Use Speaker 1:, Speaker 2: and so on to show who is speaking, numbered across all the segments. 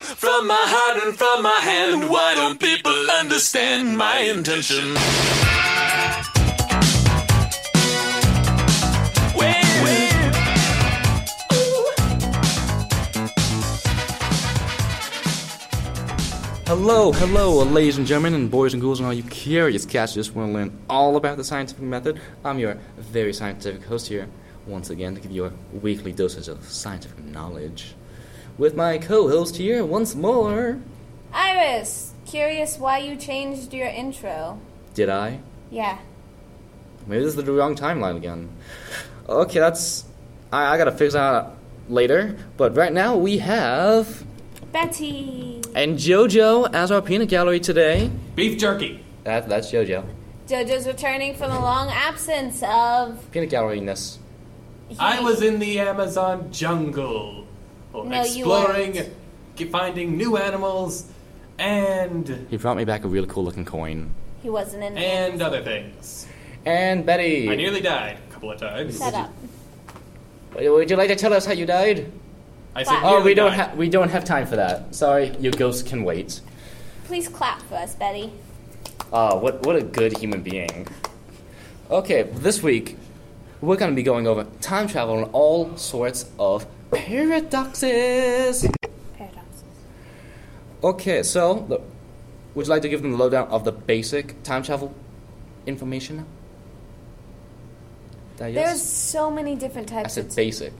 Speaker 1: from my heart and from my hand. Why don't people understand my intention?
Speaker 2: Hello, hello, ladies and gentlemen, and boys and girls, and all you curious cats who just want to learn all about the scientific method. I'm your very scientific host here, once again, to give you a weekly dosage of scientific knowledge. With my co host here once more.
Speaker 3: Iris, curious why you changed your intro.
Speaker 2: Did I?
Speaker 3: Yeah.
Speaker 2: Maybe this is the wrong timeline again. Okay, that's. I, I gotta fix that out later, but right now we have.
Speaker 3: Betty.
Speaker 2: And JoJo as our peanut gallery today.
Speaker 1: Beef jerky.
Speaker 2: That, that's JoJo.
Speaker 3: JoJo's returning from a long absence of.
Speaker 2: Peanut gallery ness.
Speaker 3: he-
Speaker 1: I was in the Amazon jungle, or
Speaker 3: No, you
Speaker 1: exploring, g- finding new animals, and
Speaker 2: He brought me back a really cool looking coin.
Speaker 3: He wasn't in.
Speaker 1: and uh, other things.
Speaker 2: And Betty.
Speaker 1: I nearly died a couple of times.
Speaker 3: Shut up.
Speaker 2: Would would you like to tell us how you died?
Speaker 1: I said,
Speaker 3: Oh,
Speaker 2: Oh,
Speaker 1: nearly
Speaker 2: we don't
Speaker 1: died.
Speaker 2: have we don't have time for that. Sorry, your ghost can wait.
Speaker 3: Please clap for us, Betty.
Speaker 2: Oh, what what a good human being. Okay, this week we're going to be going over time travel and all sorts of paradoxes.
Speaker 3: Paradoxes.
Speaker 2: Okay, so look, would you like to give them the lowdown of the basic time travel information? That yes?
Speaker 3: There's so many different
Speaker 2: I
Speaker 3: types of.
Speaker 2: said basic.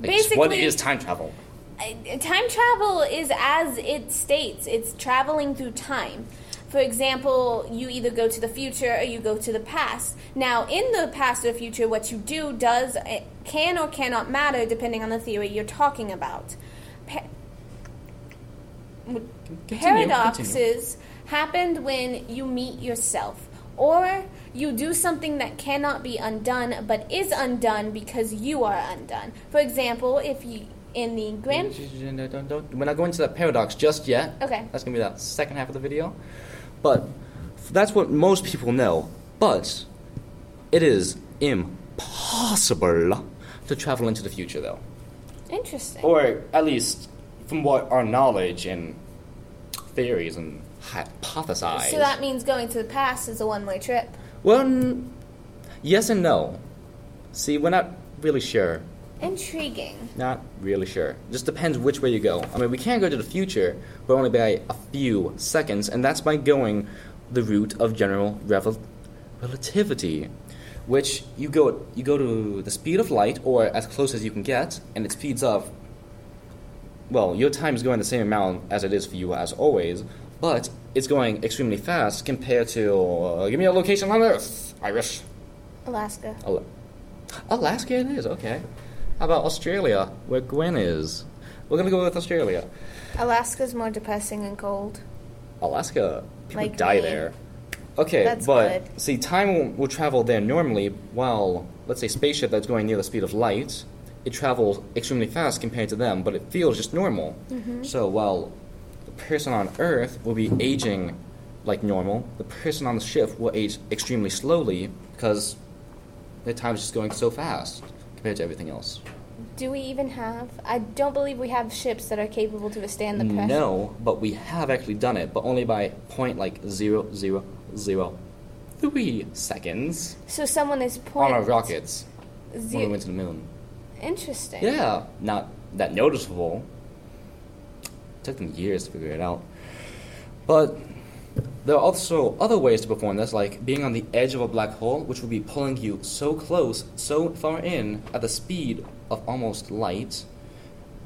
Speaker 2: Like, just what
Speaker 3: Basically-
Speaker 2: is time travel?
Speaker 3: Uh, time travel is as it states it's traveling through time for example you either go to the future or you go to the past now in the past or future what you do does it can or cannot matter depending on the theory you're talking about Pa-
Speaker 2: Continue, continue.
Speaker 3: paradoxes happened when you meet yourself or you do something that cannot be undone but is undone because you are undone for example if you in the grand
Speaker 2: We're not going to that paradox just yet.
Speaker 3: Okay.
Speaker 2: That's gonna be that second half of the video. But that's what most people know. But it is impossible to travel into the future, though,
Speaker 3: interesting
Speaker 2: or at least from what our knowledge and theories and hypothesize.
Speaker 3: so that means going to the past is a one-way trip
Speaker 2: well, n- yes and no. See, we're not really sure.
Speaker 3: intriguing
Speaker 2: Not really sure. Just depends which way you go. I mean, we can go to the future, but only by a few seconds, and that's by going the route of general revel- relativity, which you go you go to the speed of light or as close as you can get, and it speeds up. Well, your time is going the same amount as it is for you as always, but it's going extremely fast compared to. Uh, give me a location on Earth, Irish.
Speaker 3: alaska
Speaker 2: Al- Alaska it is, okay. How about Australia, where Gwen is? We're gonna go with Australia.
Speaker 3: alaska's more depressing and cold
Speaker 2: Alaska, people
Speaker 3: Like
Speaker 2: die
Speaker 3: me.
Speaker 2: there. Okay,
Speaker 3: That's
Speaker 2: but
Speaker 3: good.
Speaker 2: see, time will, will travel there normally, while, let's say, spaceship that's going near the speed of light, it travels extremely fast compared to them, but it feels just normal.
Speaker 3: Mm-hmm.
Speaker 2: So while the person on Earth will be aging like normal, the person on the ship will age extremely slowly because their time is just going so fast compared to everything else.
Speaker 3: do we even have i don't believe we have ships that are capable to withstand the pressure
Speaker 2: No, but we have actually done it, but only by point like zero zero zero three seconds
Speaker 3: so someone is
Speaker 2: on
Speaker 3: point
Speaker 2: our rockets when we
Speaker 3: zero-
Speaker 2: went to the moon.
Speaker 3: interesting
Speaker 2: Yeah, not that noticeable. took them years to figure it out. But there are also other ways to perform this, like being on the edge of a black hole, which will be pulling you so close, so far in, at the speed of almost light.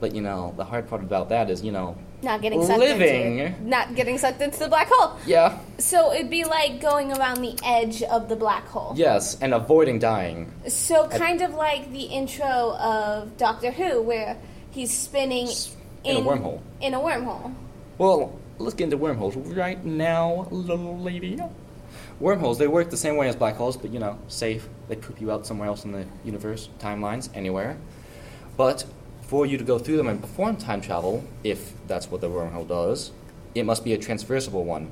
Speaker 2: But you know, the hard part about that is, you know,
Speaker 3: not getting sucked into,
Speaker 2: Living.
Speaker 3: not getting sucked into the black hole.
Speaker 2: yeah,
Speaker 3: So it'd be like going around the edge of the black hole.
Speaker 2: Yes, and avoiding dying.
Speaker 3: So kind of like the intro of Doctor Who, where he's spinning
Speaker 2: S- in a wormhole.
Speaker 3: In a wormhole.
Speaker 2: Well, let's get into wormholes right now, little lady. Wormholes, they work the same way as black holes, but you know, safe. They poop you out somewhere else in the universe, timelines, anywhere. But for you to go through them and perform time travel, if that's what the wormhole does, it must be a transversible one.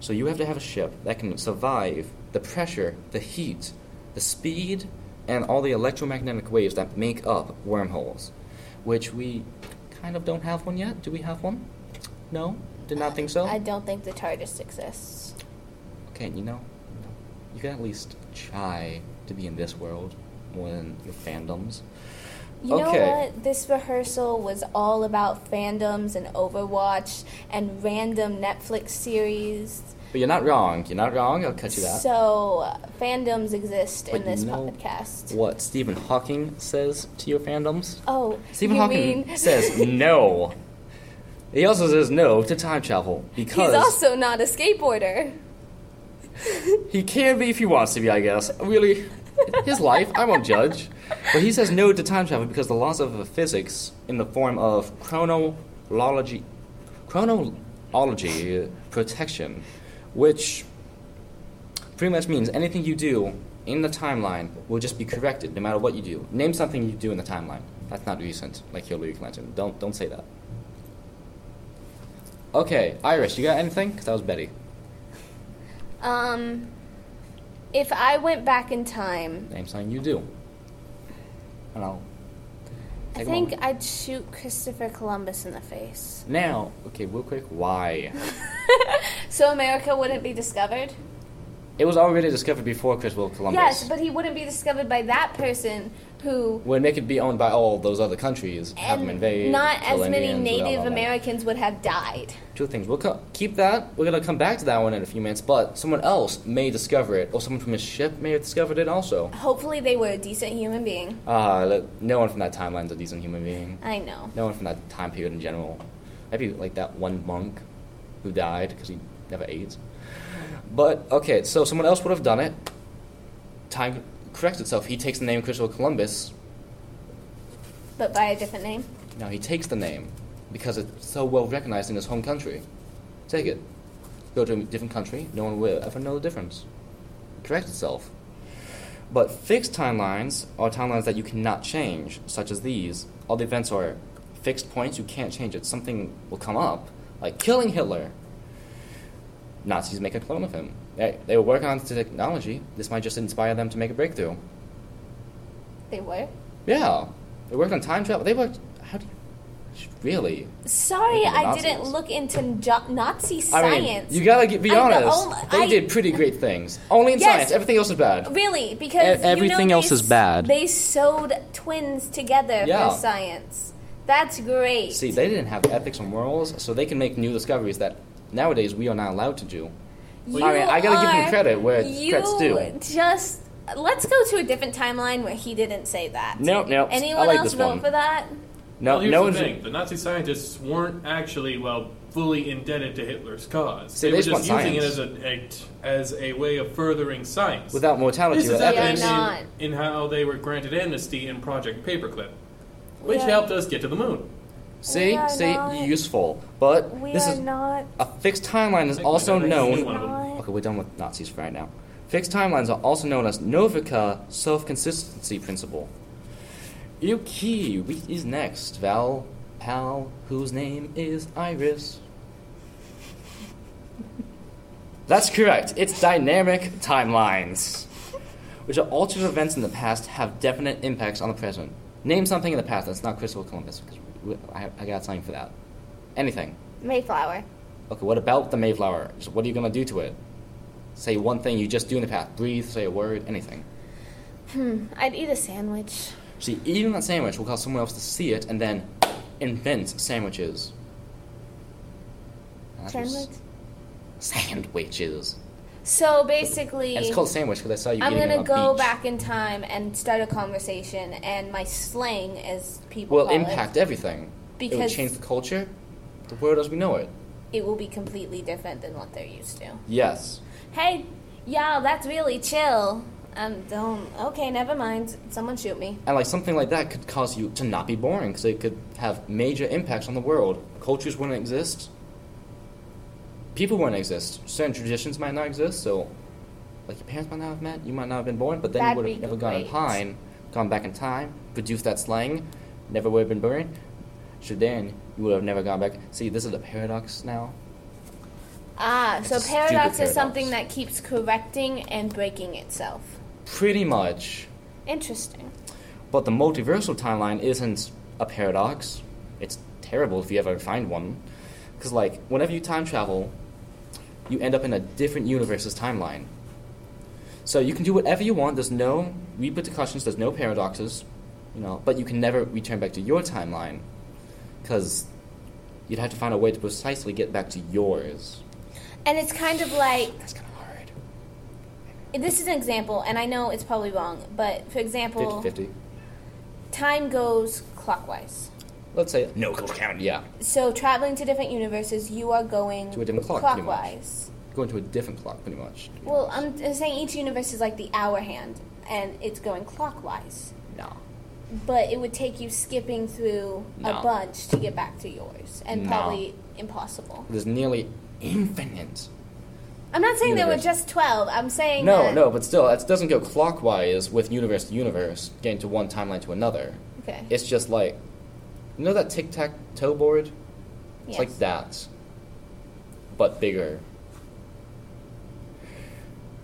Speaker 2: So you have to have a ship that can survive the pressure, the heat, the speed, and all the electromagnetic waves that make up wormholes, which we kind of don't have one yet. Do we have one? No, did not think so.
Speaker 3: I don't think the TARDIS exists.
Speaker 2: Okay, you know, you can at least try to be in this world more than your fandoms.
Speaker 3: You
Speaker 2: Okay.
Speaker 3: know what? This rehearsal was all about fandoms and Overwatch and random Netflix series.
Speaker 2: But you're not wrong. You're not wrong. I'll cut you that.
Speaker 3: So uh, fandoms exist
Speaker 2: But
Speaker 3: in this
Speaker 2: you know-
Speaker 3: podcast.
Speaker 2: what Stephen Hawking says to your fandoms?
Speaker 3: Oh,
Speaker 2: Stephen
Speaker 3: you
Speaker 2: Hawking
Speaker 3: mean
Speaker 2: says no. He also says no to time travel because
Speaker 3: he's also not a skateboarder.
Speaker 2: he can be if he wants to be, I guess. Really, his life, I won't judge. But he says no to time travel because the laws of physics, in the form of chronology, chronology protection, which pretty much means anything you do in the timeline will just be corrected, no matter what you do. Name something you do in the timeline. That's not recent, like Hillary Clinton. Don't don't say that. Okay, Irish, you got anything? 'Cause that was Betty.
Speaker 3: Um, if I went back in time,
Speaker 2: Name something you do. And I'll.
Speaker 3: I
Speaker 2: Take a
Speaker 3: think
Speaker 2: moment.
Speaker 3: I'd shoot Christopher Columbus in the face.
Speaker 2: Now, okay, real quick, why?
Speaker 3: So America wouldn't be discovered?
Speaker 2: it was already discovered before Christopher Columbus.
Speaker 3: Yes, but he wouldn't be discovered by that person who
Speaker 2: When they could be owned by all those other countries, have them
Speaker 3: and
Speaker 2: invade.
Speaker 3: not as
Speaker 2: kill
Speaker 3: many
Speaker 2: Indians, blah,
Speaker 3: Native
Speaker 2: blah, blah.
Speaker 3: Americans would have died.
Speaker 2: Two things. We'll co- keep that. We're gonna come back to that one in a few minutes, but someone else may discover it, or someone from his ship may have discovered it also.
Speaker 3: Hopefully, they were a decent human being.
Speaker 2: Ah, that- no one from that timeline's a decent human being.
Speaker 3: I know.
Speaker 2: No one from that time period in general. Maybe like that one monk who died because he never ate. But okay, so someone else would have done it. Time corrects itself. He takes the name Christopher Columbus.
Speaker 3: But by a different name?
Speaker 2: Now he takes the name because it's so well recognized in his home country. Take it. Go to a different country. No one will ever know the difference. Correct itself. But fixed timelines are timelines that you cannot change, such as these. All the events are fixed points, you can't change it. Something will come up, like killing Hitler. Nazis make a clone of him. They, they were working on the technology. This might just inspire them to make a breakthrough.
Speaker 3: They were?
Speaker 2: Yeah. They worked on time travel. They worked. How do you. Really?
Speaker 3: Sorry,
Speaker 2: Look at the
Speaker 3: I didn't
Speaker 2: Nazis.
Speaker 3: look into jo- Nazi
Speaker 2: I
Speaker 3: science.
Speaker 2: mean, you gotta get, be
Speaker 3: I'm the
Speaker 2: honest.
Speaker 3: only-
Speaker 2: they
Speaker 3: I-
Speaker 2: did pretty great things. Only in
Speaker 3: Yes.
Speaker 2: science. Everything else is bad.
Speaker 3: Really, because
Speaker 2: E-
Speaker 3: you know
Speaker 2: everything
Speaker 3: they
Speaker 2: else is
Speaker 3: s-
Speaker 2: bad.
Speaker 3: They sewed twins together
Speaker 2: Yeah.
Speaker 3: for science. That's great.
Speaker 2: See, they didn't have ethics and morals, so they can make new discoveries that nowadays we are not allowed to do.
Speaker 3: You
Speaker 2: I mean, I gotta give him
Speaker 3: are-
Speaker 2: credit where it's-
Speaker 3: you
Speaker 2: credit's due.
Speaker 3: Just let's go to a different timeline where he didn't say that.
Speaker 2: Nope, nope. I
Speaker 3: Anyone
Speaker 2: like
Speaker 3: else
Speaker 2: this
Speaker 3: vote
Speaker 2: one.
Speaker 3: for that?
Speaker 2: No,
Speaker 4: well, here's
Speaker 2: no
Speaker 4: the
Speaker 2: one's.
Speaker 4: thing: the Nazi scientists weren't actually well fully indebted to Hitler's cause.
Speaker 2: See,
Speaker 4: they,
Speaker 2: they
Speaker 4: were
Speaker 2: just
Speaker 4: just
Speaker 2: want
Speaker 4: using
Speaker 2: science.
Speaker 4: it as a, as a way of furthering science.
Speaker 2: Without mortality,
Speaker 4: this is
Speaker 2: without
Speaker 3: evidence.
Speaker 4: evident
Speaker 2: ethics.
Speaker 3: Yeah, I know.
Speaker 4: in, in how they were granted amnesty in Project Paperclip, which
Speaker 3: Yeah.
Speaker 4: helped us get to the moon.
Speaker 2: See,
Speaker 3: We are
Speaker 2: see,
Speaker 3: not-
Speaker 2: useful. But
Speaker 3: We
Speaker 2: this
Speaker 3: are
Speaker 2: is
Speaker 3: not.
Speaker 2: a fixed timeline is
Speaker 4: Like,
Speaker 2: also
Speaker 4: like,
Speaker 2: known.
Speaker 4: like, one of them.
Speaker 3: not
Speaker 2: Okay, we're done with Nazis for right now. Fixed timelines are also known as Novica self consistency principle. Yuki we is next. Val, pal, whose name is Iris. That's correct. It's dynamic timelines, which are alternate events in the past have definite impacts on the present. Name something in the past that's not Crystal Columbus, because we- I, I got something for that. Anything.
Speaker 3: Mayflower.
Speaker 2: Okay, what about the Mayflower? So what are you gonna do to it? Say one thing you just do in the past. Breathe, say a word, anything.
Speaker 3: Hmm, I'd eat a sandwich.
Speaker 2: See, eating that sandwich will cause someone else to see it and then invent sandwiches. And that's what
Speaker 3: Sandwich.
Speaker 2: Sandwiches.
Speaker 3: So basically,
Speaker 2: And it's called sandwich because I saw you
Speaker 3: I'm
Speaker 2: eating it
Speaker 3: gonna
Speaker 2: on a
Speaker 3: go
Speaker 2: beach.
Speaker 3: back in time and start a conversation, and my slang, as people
Speaker 2: Will
Speaker 3: call
Speaker 2: impact everything. it will
Speaker 3: Because-
Speaker 2: change the culture, the world as we know it.
Speaker 3: it, it will be completely different than what they're used to.
Speaker 2: Yes.
Speaker 3: Hey, y'all, that's really chill. Um, don't. Okay, never mind. Someone shoot me.
Speaker 2: And like something like that could cause you to not be boring because it could have major impacts on the world. Cultures wouldn't exist. People wouldn't exist. Certain traditions might not exist. So, like your parents might not have met. You might not have been born. But then
Speaker 3: That'd
Speaker 2: you would
Speaker 3: be
Speaker 2: have never gone in
Speaker 3: great.
Speaker 2: pine, gone back in time, produced that slang, never would have been born. So then you would have never gone back. See, this is a paradox now.
Speaker 3: Ah, so
Speaker 2: a stupid
Speaker 3: paradox is
Speaker 2: paradox.
Speaker 3: something that keeps correcting and breaking itself.
Speaker 2: Pretty much.
Speaker 3: Interesting.
Speaker 2: But the multiversal timeline isn't a paradox. It's terrible if you ever find one. Because like whenever you time travel, you end up in a different universe's timeline. So you can do whatever you want. There's no repercussions. There's no paradoxes, you know. But you can never return back to your timeline, because you'd have to find a way to precisely get back to yours.
Speaker 3: And it's kind of like
Speaker 2: That's kind of hard.
Speaker 3: this is an example, and I know it's probably wrong, but for example,
Speaker 2: 50-50.
Speaker 3: time goes clockwise.
Speaker 2: Let's say no clock count. Yeah,
Speaker 3: So traveling to different universes, you are going
Speaker 2: To a different clock, pretty much.
Speaker 3: clockwise.
Speaker 2: go into a different clock pretty much.
Speaker 3: Well, I'm saying each universe is like the hour hand, and it's going clockwise.
Speaker 2: No.
Speaker 3: But it would take you skipping through
Speaker 2: No.
Speaker 3: a bunch to get back to yours, and
Speaker 2: No.
Speaker 3: probably impossible.
Speaker 2: It is nearly infinite.
Speaker 3: I'm not saying there were
Speaker 2: Universe.
Speaker 3: just twelve. I'm saying
Speaker 2: No,
Speaker 3: that-
Speaker 2: no, but still, it doesn't go clockwise with universe to universe, getting to one timeline to another.
Speaker 3: Okay.
Speaker 2: It's just like, you know that tic tac toe board? It's
Speaker 3: yes.
Speaker 2: like that, but bigger.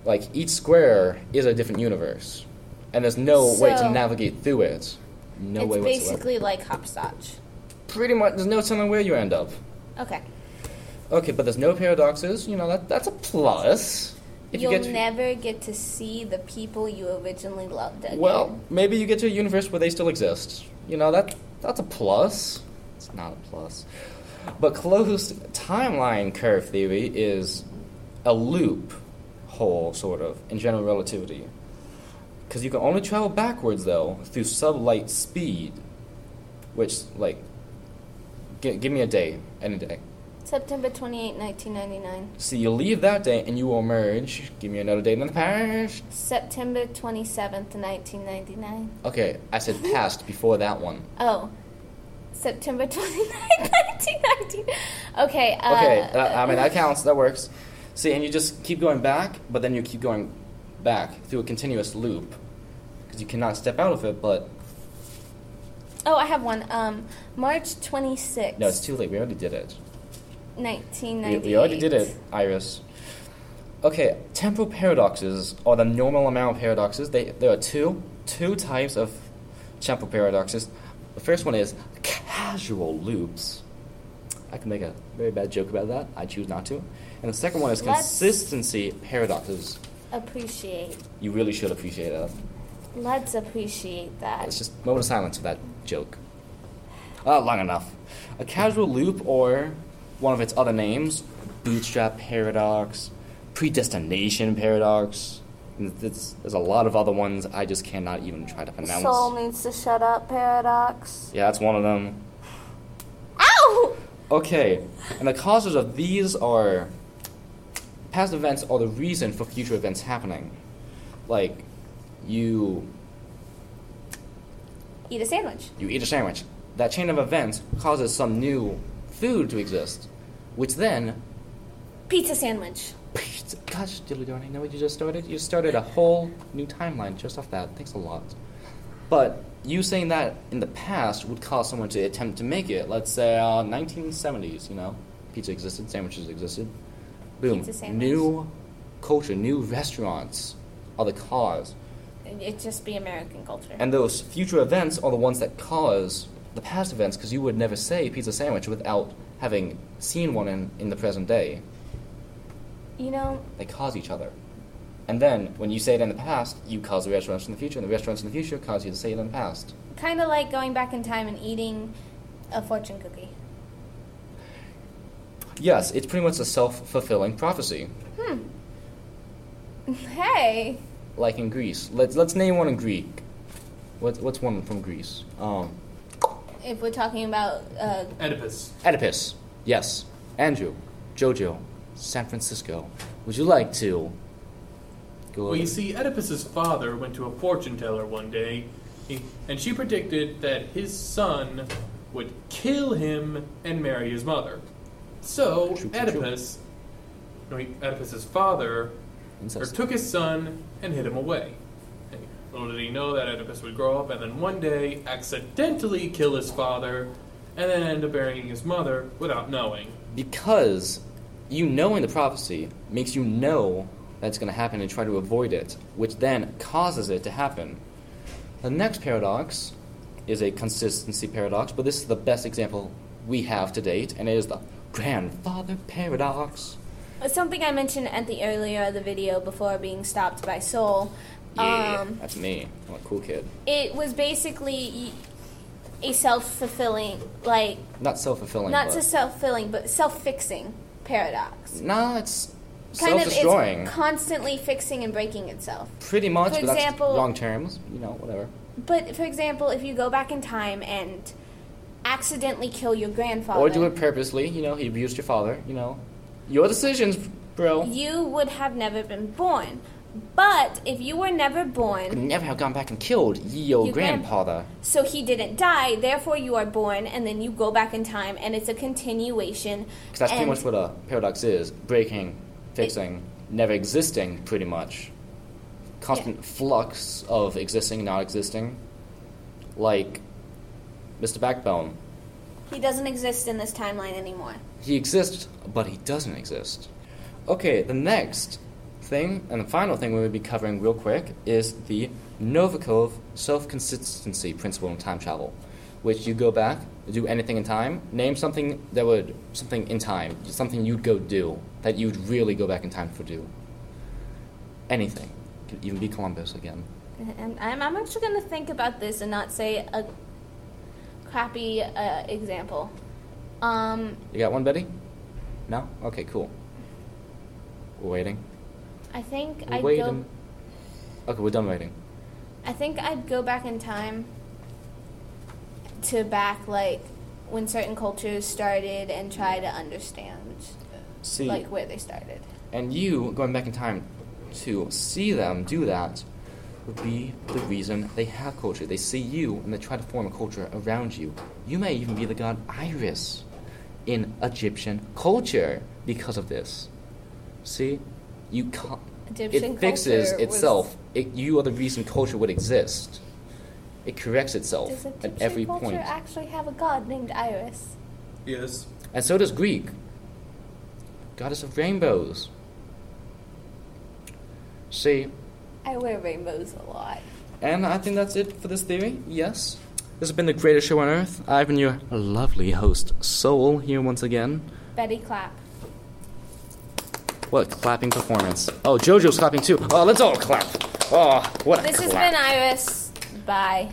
Speaker 2: Like each square is a different universe, and there's no way to
Speaker 3: So-
Speaker 2: navigate through it. No
Speaker 3: it's
Speaker 2: way whatsoever.
Speaker 3: basically like hopscotch.
Speaker 2: Pretty much, there's no telling where you end up.
Speaker 3: Okay.
Speaker 2: Okay, but there's no paradoxes. You know that that's a plus. If
Speaker 3: You'll
Speaker 2: you get to-
Speaker 3: never get to see the people you originally loved again.
Speaker 2: Well, maybe you get to a universe where they still exist. You know that that's a plus. It's not a plus. But closed timeline curve theory is a loop hole sort of in general relativity. Cuz you can only travel backwards though through sublight speed, which like gi- give me a day, any day.
Speaker 3: September 28, 1999.
Speaker 2: So you leave that day and you will emerge. Give me another day in the past.
Speaker 3: September 27th, 1999.
Speaker 2: Okay, I said past before that one.
Speaker 3: Oh. September 29, 1999. Okay. Uh,
Speaker 2: Okay, uh, I mean that counts. That works. See, and you just keep going back, but then you keep going back through a continuous loop because you cannot step out of it. But
Speaker 3: Oh, I have one. Um, March 26th,
Speaker 2: no, it's too late. We already did it. We,
Speaker 3: 1998.
Speaker 2: we already did it, Iris. Okay, temporal paradoxes are the normal amount of paradoxes. They there are two two types of temporal paradoxes. The first one is casual loops. I can make a very bad joke about that. I choose not to. And the second one is
Speaker 3: Let's-
Speaker 2: consistency paradoxes.
Speaker 3: Appreciate.
Speaker 2: You really should appreciate it. Uh,
Speaker 3: Let's appreciate that.
Speaker 2: It's just a moment of silence for that joke. Uh, long enough. A casual loop, or one of its other names, bootstrap paradox, predestination paradox. and There's, there's a lot of other ones I just cannot even try to pronounce.
Speaker 3: Soul needs to shut up. Paradox.
Speaker 2: Yeah, that's one of them.
Speaker 3: Ow!
Speaker 2: Okay, and the causes of these are past events are the reason for future events happening. Like, you
Speaker 3: Eat a sandwich.
Speaker 2: You eat a sandwich. That chain of events causes some new food to exist, which then.
Speaker 3: Pizza sandwich.
Speaker 2: Pizza. Gosh, dilly darn, I know what you just started. You started a whole new timeline just off that. Thanks a lot. But you saying that in the past would cause someone to attempt to make it. Let's say uh, 1970s, you know? Pizza existed, sandwiches existed. Boom.
Speaker 3: Pizza sandwich.
Speaker 2: new culture, new restaurants are the cause.
Speaker 3: It'd just be American culture.
Speaker 2: And those future events are the ones that cause the past events, because you would never say pizza sandwich without having seen one in, in the present day.
Speaker 3: you know,
Speaker 2: They cause each other. And then, when you say it in the past, you cause the restaurants in the future, and the restaurants in the future cause you to say it in the past.
Speaker 3: kind of like going back in time and eating a fortune cookie.
Speaker 2: Yes, it's pretty much a self fulfilling prophecy.
Speaker 3: Hey,
Speaker 2: Like in Greece. Let's, let's name one in Greek. What, what's one from Greece? Um,
Speaker 3: if we're talking about uh,
Speaker 4: Oedipus.
Speaker 2: Oedipus. Yes. Andrew. Jojo. San Francisco. Would you like to go
Speaker 4: Well, you
Speaker 2: over-
Speaker 4: see, Oedipus's father went to a fortune teller one day, he- and she predicted that his son would kill him and marry his mother. So
Speaker 2: True, true, true.
Speaker 4: Oedipus, no, he- Oedipus's father, or
Speaker 2: Incest.
Speaker 4: took his son and hid him away. And Little did he know that Oedipus would grow up and then one day accidentally kill his father, and then end up marrying his mother without knowing.
Speaker 2: because you knowing the prophecy makes you know that's going to happen and try to avoid it, which then causes it to happen. The next paradox is a consistency paradox, but this is the best example we have to date, and it is the grandfather paradox.
Speaker 3: Something I mentioned at the earlier of the video before being stopped by Soul.
Speaker 2: Yeah,
Speaker 3: Um,
Speaker 2: that's me. I'm a cool kid.
Speaker 3: it was basically a self fulfilling, like
Speaker 2: Not self fulfilling.
Speaker 3: not
Speaker 2: but,
Speaker 3: just self fulfilling, but self fixing paradox.
Speaker 2: Nah, it's
Speaker 3: Kind
Speaker 2: self
Speaker 3: of,
Speaker 2: destroying.
Speaker 3: it's constantly fixing and breaking itself.
Speaker 2: Pretty much,
Speaker 3: for
Speaker 2: but
Speaker 3: example-
Speaker 2: that's long terms. You know, whatever.
Speaker 3: But for example, if you go back in time and accidentally kill your grandfather,
Speaker 2: Or do it purposely. You know, he abused your father. You know, your decisions, bro.
Speaker 3: you would have never been born. But if you were never born,
Speaker 2: never have gone back and killed ye old
Speaker 3: Your grand-
Speaker 2: grandfather.
Speaker 3: so he didn't die, therefore you are born, and then you go back in time, and it's a continuation.
Speaker 2: Because that's
Speaker 3: and
Speaker 2: pretty much what a paradox is: breaking, fixing, never existing, pretty much. Constant flux of existing, not existing. Like Mr. Backbone,
Speaker 3: he doesn't exist in this timeline anymore.
Speaker 2: he exists, but he doesn't exist. Okay, the next thing and the final thing we're going to be covering real quick is the Novikov self-consistency principle in time travel, which you go back, do anything in time, name something that would something in time, something you'd go do that you'd really go back in time for do. Anything, could even be Columbus again.
Speaker 3: And I'm, I'm actually going to think about this and not say a crappy uh, example. Um,
Speaker 2: You got one, Betty? No? Okay, cool. We're waiting.
Speaker 3: I think
Speaker 2: We're
Speaker 3: I'd
Speaker 2: waiting.
Speaker 3: go.
Speaker 2: Okay, we're done waiting.
Speaker 3: I think I'd go back in time to back like when certain cultures started and try to understand
Speaker 2: See.
Speaker 3: like where they started.
Speaker 2: and you going back in time to see them do that would be the reason they have culture. They see you and they try to form a culture around you. You may even be the god Iris in Egyptian culture because of this. See, you can
Speaker 3: Egyptian
Speaker 2: it fixes
Speaker 3: culture was-
Speaker 2: itself. It, you are the reason culture would exist. It corrects itself
Speaker 3: Does Egyptian
Speaker 2: at every
Speaker 3: culture
Speaker 2: point,
Speaker 3: actually have a god named Iris?
Speaker 4: Yes.
Speaker 2: and so does Greek, goddess of rainbows. See,
Speaker 3: I wear rainbows a lot.
Speaker 2: And I think that's it for this theory. Yes. This has been the greatest show on earth. I've been your lovely host, Soul, here once again.
Speaker 3: Betty clap.
Speaker 2: What a clapping performance. Oh, JoJo's clapping too. Oh, let's all clap. Oh, what a
Speaker 3: This has
Speaker 2: clap.
Speaker 3: been Iris. Bye.